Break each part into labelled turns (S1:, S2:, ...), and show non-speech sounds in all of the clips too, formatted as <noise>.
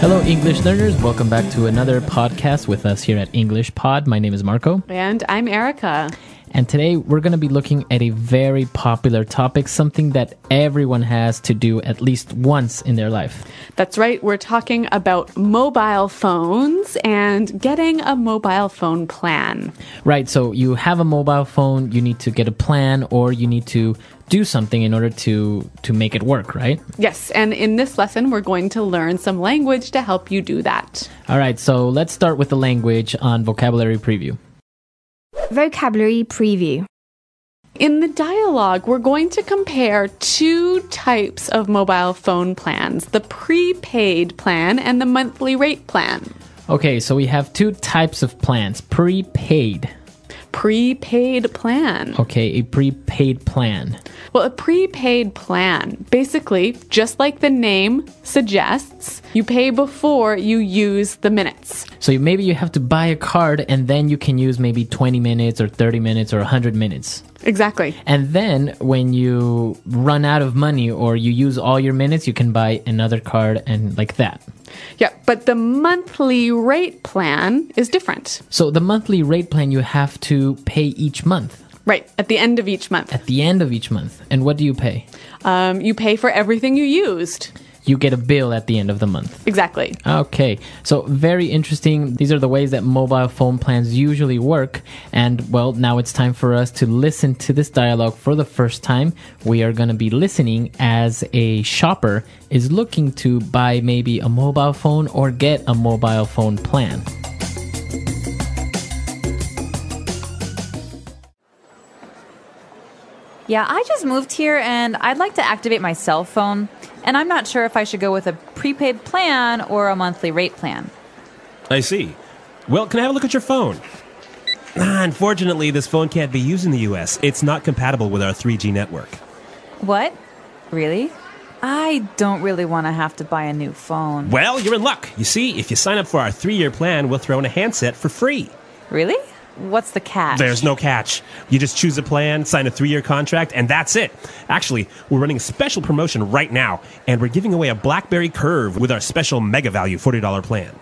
S1: Hello, English learners. Welcome back to another podcast with us here at English Pod. My name is Marco,
S2: And I'm Erica.
S1: and today we're going to be looking at a very popular topic, something that everyone has to do at least once in their life.
S2: That's right, we're talking about mobile phones and getting a mobile phone plan.
S1: Right, so you have a mobile phone, you need to get a plan or you need to do something in order to to make it work, right?
S2: Yes, and in this lesson, we're going to learn some language to help you do that.
S1: All right, so let's start with the language on vocabulary preview.
S3: Vocabulary preview.
S2: In the dialogue, we're going to compare two types of mobile phone plans the prepaid plan and the monthly rate plan.
S1: Okay, so we have two types of plans, prepaid.
S2: Prepaid plan.
S1: Okay, a prepaid plan.
S2: Well, a prepaid plan, basically, just like the name suggests, you pay before you use the minutes.
S1: So you- maybe you have to buy a card and then you can use maybe 20 minutes or 30 minutes or 100 minutes.
S2: Exactly.
S1: And then when you run out of money or you use all your minutes, you can buy another card and like that.
S2: Yeah, but the monthly rate plan is different.
S1: So the monthly rate plan you have to pay each month
S2: Right, at the end of each month,
S1: at the end of each month. And what do you pay?
S2: um, you pay for everything you used.
S1: You get a bill at the end of the month.
S2: Exactly.
S1: Okay, so very interesting. These are the ways that mobile phone plans usually work. And well, now it's time for us to listen to this dialogue for the first time. We are going to be listening as a shopper is looking to buy maybe a mobile phone or get a mobile phone plan.
S4: Yeah, I just moved here and I'd like to activate my cell phone, and I'm not sure if I should go with a prepaid plan or a monthly rate plan.
S5: I see. Well, can I have a look at your phone? Ah, unfortunately, this phone can't be used in the US. It's not compatible with our 3G network.
S4: What? Really? I don't really want to have to buy a new phone.
S5: Well, you're in luck. You see, if you sign up for our three year plan, we'll throw in a handset for free.
S4: Really? What's the catch?
S5: There's no catch. You just choose a plan, sign a three year contract, and that's it. Actually, we're running a special promotion right now, and we're giving away a Blackberry Curve with our special mega value $40 plan.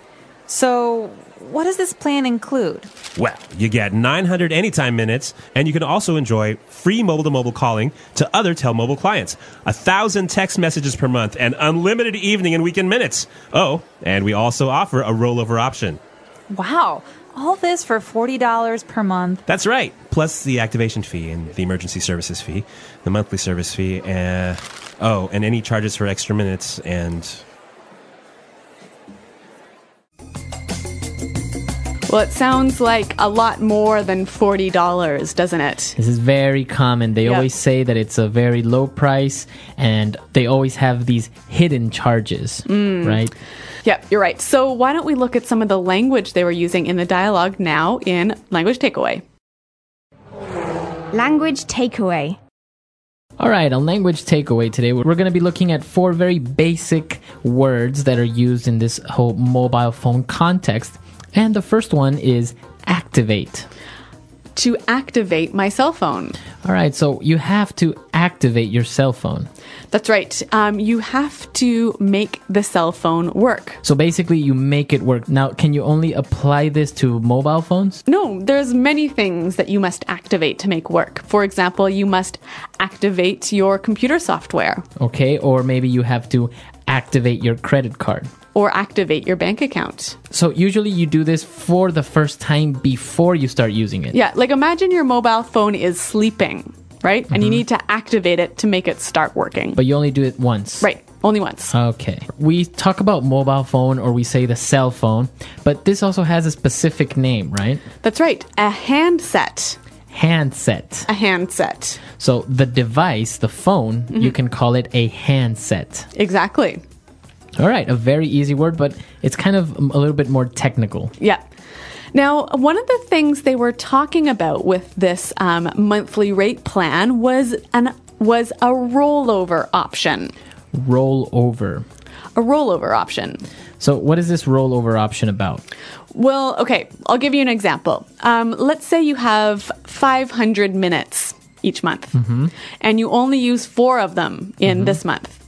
S4: So, what does this plan include?
S5: Well, you get 900 anytime minutes, and you can also enjoy free mobile to mobile calling to other Telmobile clients, 1,000 text messages per month, and unlimited evening and weekend minutes. Oh, and we also offer a rollover option.
S4: Wow, all this for $40 per month.
S5: That's right, plus the activation fee and the emergency services fee, the monthly service fee, uh, oh, and any charges for extra minutes and
S2: Well, it sounds like a lot more than $40, doesn't it?
S1: This is very common. They
S2: Yeah.
S1: always say that it's a very low price and they always have these hidden charges, right?
S2: Yep, you're right. So, why don't we look at some of the language they were using in the dialogue now in Language Takeaway?
S3: Language takeaway.
S1: All right, on language takeaway today, we're going to be looking at four very basic words that are used in this whole mobile phone context. And the first one is activate.
S2: To activate my cell phone.
S1: All right, so you have to activate your cell phone.
S2: That's right. Um, you have to make the cell phone work.
S1: So basically, you make it work. Now, can you only apply this to mobile phones?
S2: No, there's many things that you must activate to make work. For example, you must activate your computer software
S1: Okay, or maybe you have to activate your credit card.
S2: or activate your bank account.
S1: So usually you do this for the first time before you start using it.
S2: Yeah, like imagine your mobile phone is sleeping, right? And you need to activate it to make it start working.
S1: But you only do it once.
S2: right, only once.
S1: Okay. We talk about mobile phone or we say the cell phone, but this also has a specific name, right?
S2: That's right. A handset.
S1: Handset.
S2: A handset.
S1: So the device, the phone, you can call it a handset.
S2: Exactly.
S1: All right, a very easy word, but it's kind of a little bit more technical.
S2: Yeah. Now, one of the things they were talking about with this um, monthly rate plan was an was a rollover option.
S1: Roll over.
S2: A rollover option.
S1: So, what is this rollover option about?
S2: Well, okay, I'll give you an example. Um, let's say you have 500 minutes each month, and you only use four of them in this month.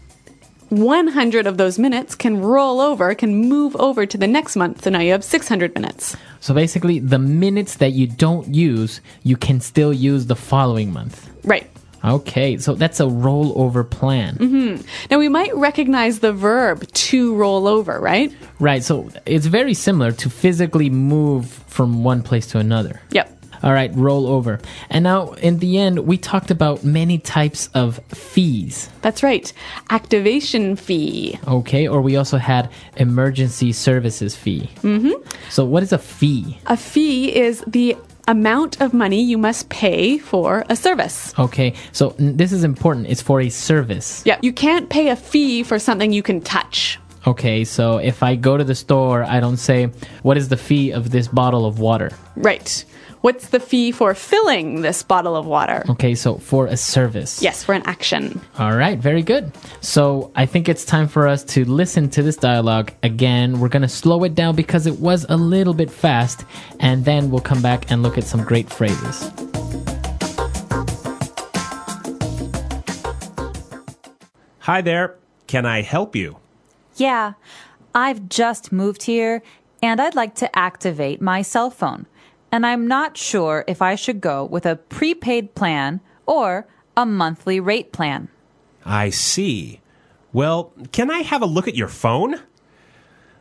S2: 100 of those minutes can roll over, can move over to the next month, so now you have 600 minutes.
S1: So, basically, the minutes that you don't use, you can still use the following month.
S2: Right.
S1: Okay, so that's a rollover plan.
S2: Now we might recognize the verb to roll over, right?
S1: Right, so it's very similar to physically move from one place to another.
S2: Yep.
S1: All right, roll over. And now, in the end, we talked about many types of fees,
S2: That's right. Activation fee.
S1: okay? Or we also had emergency services fee. Mm-hmm. So, what is a fee?
S2: A fee is the amount of money you must pay for a service.
S1: Okay, so n- this is important. It's for a service.
S2: Yeah, you can't pay a fee for something you can touch.
S1: Okay, so if I go to the store, I don't say, What is the fee of this bottle of water?
S2: Right. What's the fee for filling this bottle of water?
S1: Okay, so for a service.
S2: Yes, for an action.
S1: All right, very good. So I think it's time for us to listen to this dialogue again. We're going to slow it down because it was a little bit fast, and then we'll come back and look at some great phrases.
S5: Hi there. Can I help you?
S4: Yeah, I've just moved here and I'd like to activate my cell phone. And I'm not sure if I should go with a prepaid plan or a monthly rate plan.
S5: I see. Well, can I have a look at your phone?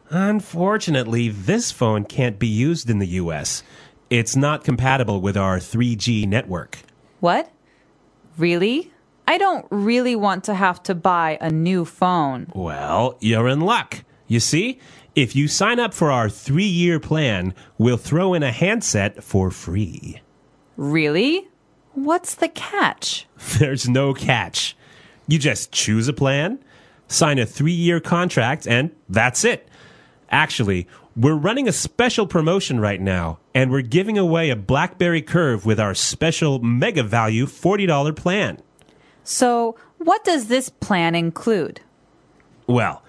S5: Unfortunately, this phone can't be used in the US. It's not compatible with our 3G network.
S4: What? Really? I don't really want to have to buy a new phone.
S5: Well, you're in luck. You see, if you sign up for our three year plan, we'll throw in a handset for free.
S4: Really? What's the catch?
S5: <laughs> There's no catch. You just choose a plan, sign a three year contract, and that's it. Actually, we're running a special promotion right now, and we're giving away a Blackberry Curve with our special mega value $40 plan.
S4: So, what does this plan include?
S5: Well,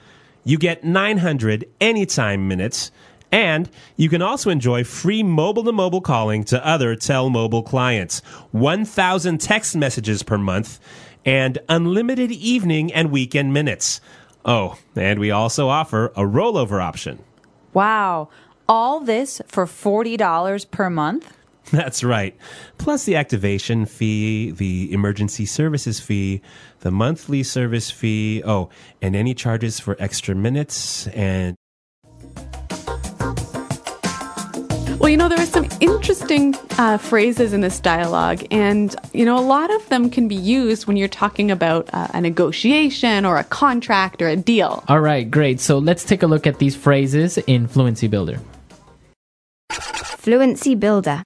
S5: you get 900 anytime minutes, and you can also enjoy free mobile to mobile calling to other Tel Mobile clients, 1,000 text messages per month, and unlimited evening and weekend minutes. Oh, and we also offer a rollover option. <laughs>
S4: Wow, all this for $40 per month?
S5: That's right. Plus the activation fee, the emergency services fee, the monthly service fee, oh, and any charges for extra minutes and
S2: Well, you know, there are some interesting uh, phrases in this dialogue, and, you know, a lot of them can be used when you're talking about uh, a negotiation or a contract or a deal.
S1: All right, great. So let's take a look at these phrases in Fluency Builder.
S3: Fluency builder.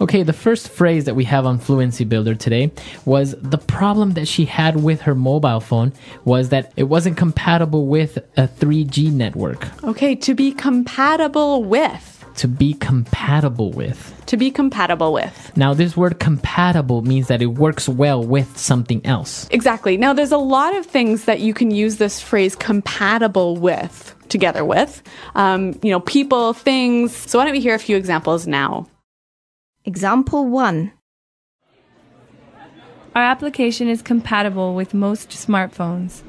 S1: Okay, the first phrase that we have on Fluency Builder today was the problem that she had with her mobile phone was that it wasn't compatible with a 3G network
S2: Okay, to be compatible with.
S1: to be compatible with.
S2: To be compatible with.
S1: Now, this word compatible means that it works well with something else.
S2: Exactly. Now, there's a lot of things that you can use this phrase compatible with together with. Um, you know, people, things. So, why don't we hear a few examples now?
S3: Example 1.
S6: Our application is compatible with most smartphones.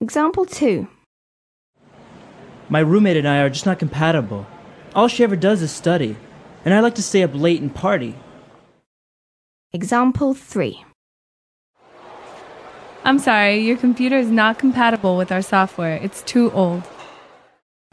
S3: Example 2.
S7: My roommate and I are just not compatible. All she ever does is study, and I like to stay up late and party.
S3: Example 3.
S6: I'm sorry, your computer is not compatible with our software. It's too old.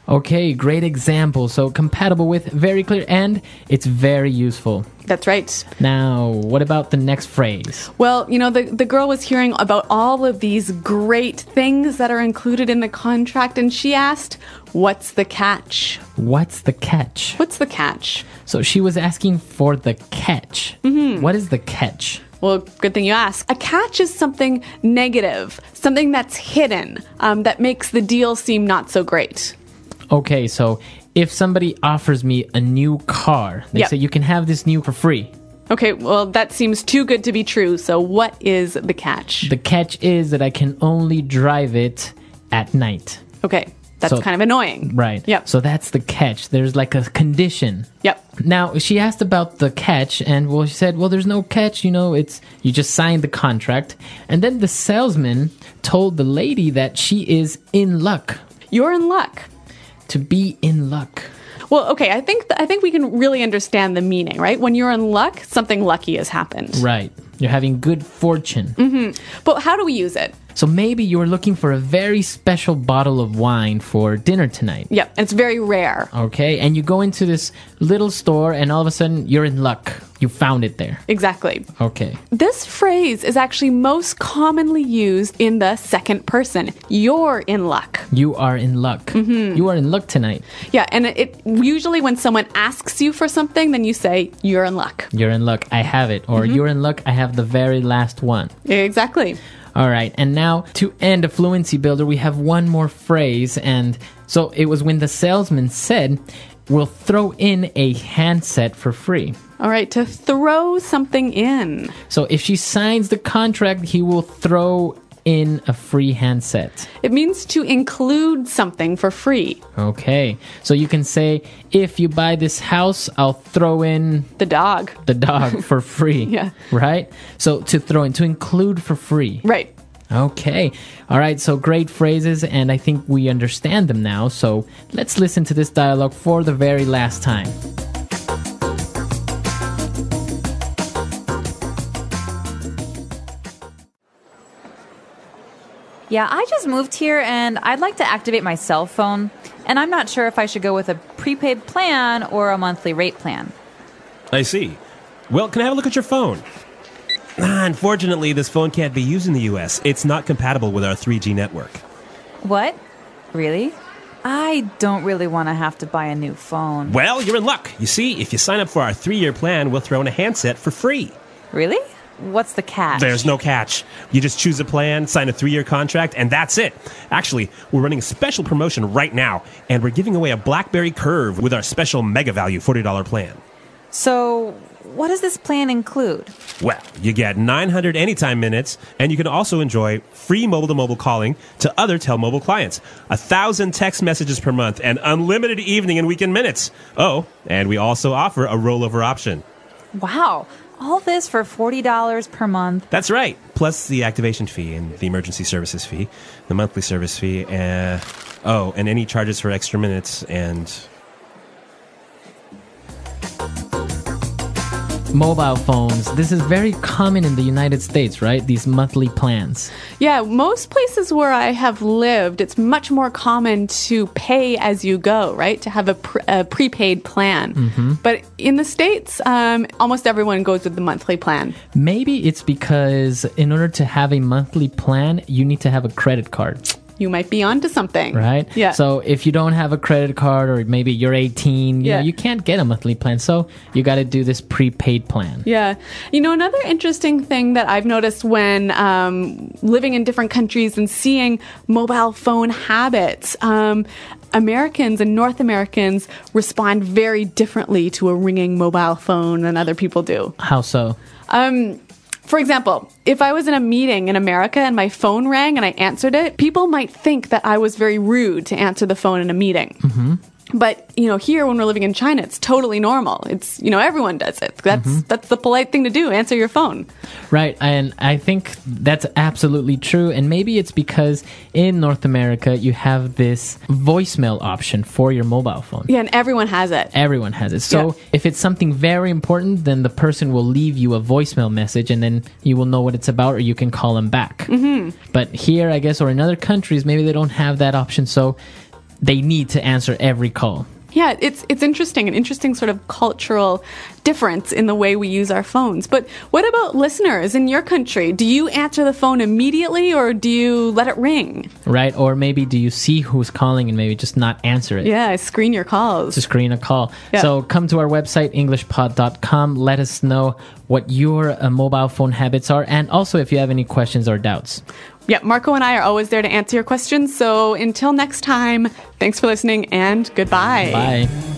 S1: Okay, great example. So, compatible with, very clear, and it's very useful.
S2: That's right.
S1: Now, what about the next phrase?
S2: Well, you know, the, the girl was hearing about all of these great things that are included in the contract, and she asked, What's the catch?
S1: What's the catch?
S2: What's the catch?
S1: So, she was asking for the catch. What is the catch?
S2: Well, good thing you asked. A catch is something negative, something that's hidden, um, that makes the deal seem not so great.
S1: Okay, so if somebody offers me a new car, they
S2: Yep.
S1: say you can have this new for free.
S2: Okay, well, that seems too good to be true. So, what is the catch?
S1: The catch is that I can only drive it at night.
S2: okay, that's
S1: So-
S2: kind of annoying.
S1: Right.
S2: Yep.
S1: So that's the catch. There's like a condition.
S2: Yep.
S1: Now she asked about the catch, and well, she said, "Well, there's no catch. You know, it's you just signed the contract." And then the salesman told the lady that she is in luck.
S2: You're in luck.
S1: To be in luck.
S2: Well, okay, I think th- I think we can really understand the meaning, right? When you're in luck, something lucky has happened.
S1: Right. You're having good fortune.
S2: Mm-hmm. But how do we use it?
S1: So maybe you're looking for a very special bottle of wine for dinner tonight.
S2: Yep, it's very rare.
S1: Okay, and you go into this little store, and all of a sudden you're in luck. You found it there.
S2: Exactly.
S1: Okay.
S2: This phrase is actually most commonly used in the second person. You're in luck.
S1: You are in luck. You are in luck tonight.
S2: Yeah, and it, it usually when someone asks you for something, then you say you're in luck.
S1: You're in luck. I have it. Or you're in luck. I have the very last one.
S2: Exactly.
S1: All right. And now to end a fluency builder, we have one more phrase. And so it was when the salesman said, We'll throw in a handset for free.
S2: All right, to throw something in.
S1: So if she signs the contract, he will throw in a free handset.
S2: It means to include something for free.
S1: Okay. So you can say, if you buy this house, I'll throw in
S2: The dog.
S1: the
S2: <laughs>
S1: dog for free.
S2: Yeah.
S1: Right? So to throw in, to include for free.
S2: Right.
S1: Okay. All right. So great phrases, and I think we understand them now. So let's listen to this dialogue for the very last time.
S4: Yeah, I just moved here and I'd like to activate my cell phone, and I'm not sure if I should go with a prepaid plan or a monthly rate plan.
S5: I see. Well, can I have a look at your phone? Ah, unfortunately, this phone can't be used in the US. It's not compatible with our 3G network.
S4: What? Really? I don't really want to have to buy a new phone.
S5: Well, you're in luck. You see, if you sign up for our three year plan, we'll throw in a handset for free.
S4: Really? What's the catch?
S5: There's no catch. You just choose a plan, sign a three year contract, and that's it. Actually, we're running a special promotion right now, and we're giving away a Blackberry Curve with our special mega value $40 plan.
S4: So, what does this plan include?
S5: Well, you get 900 anytime minutes, and you can also enjoy free mobile to mobile calling to other Telmobile clients, 1,000 text messages per month, and unlimited evening and weekend minutes. Oh, and we also offer a rollover option.
S4: Wow, all this for $40 per month.
S5: That's right. Plus the activation fee and the emergency services fee, the monthly service fee, uh, oh, and any charges for extra minutes and.
S1: Mobile phones. This is very common in the United States, right? These monthly plans.
S2: Yeah, most places where I have lived, it's much more common to pay as you go, right? To have a, pr- a prepaid plan.
S1: Mm-hmm.
S2: But in the States, um, almost everyone goes with the monthly plan.
S1: Maybe it's because in order to have a monthly plan, you need to have a credit card.
S2: You might be onto something.
S1: right?
S2: Yeah.
S1: So if you don't have a credit card or maybe you're 18, you
S2: Yeah.
S1: know, you can't get a monthly plan. So you got to do this prepaid plan.
S2: Yeah. You know, another interesting thing that I've noticed when um, living in different countries and seeing mobile phone habits, um, Americans and North Americans respond very differently to a ringing mobile phone than other people do.
S1: How so?
S2: Um, for example, if I was in a meeting in America and my phone rang and I answered it, people might think that I was very rude to answer the phone in a meeting. But you know, here when we're living in China, it's totally normal. It's you know everyone does it. That's that's the polite thing to do. Answer your phone.
S1: Right. And I think that's absolutely true. And maybe it's because in North America, you have this voicemail option for your mobile phone.
S2: Yeah, and everyone has it.
S1: Everyone has it. So
S2: Yeah.
S1: if it's something very important, then the person will leave you a voicemail message and then you will know what it's about or you can call them back. Mm-hmm. But here, I guess, or in other countries, maybe they don't have that option. So they need to answer every call.
S2: Yeah, it's it's interesting, an interesting sort of cultural difference in the way we use our phones. But what about listeners in your country? Do you answer the phone immediately or do you let it ring?
S1: right? Or maybe do you see who's calling and maybe just not answer it?
S2: Yeah, screen your calls.
S1: to screen a call.
S2: Yeah.
S1: So come to our website, EnglishPod.com. Let us know what your uh, mobile phone habits are, and also if you have any questions or doubts.
S2: yeah, Marco and I are always there to answer your questions. So until next time, thanks for listening and goodbye.
S1: Bye.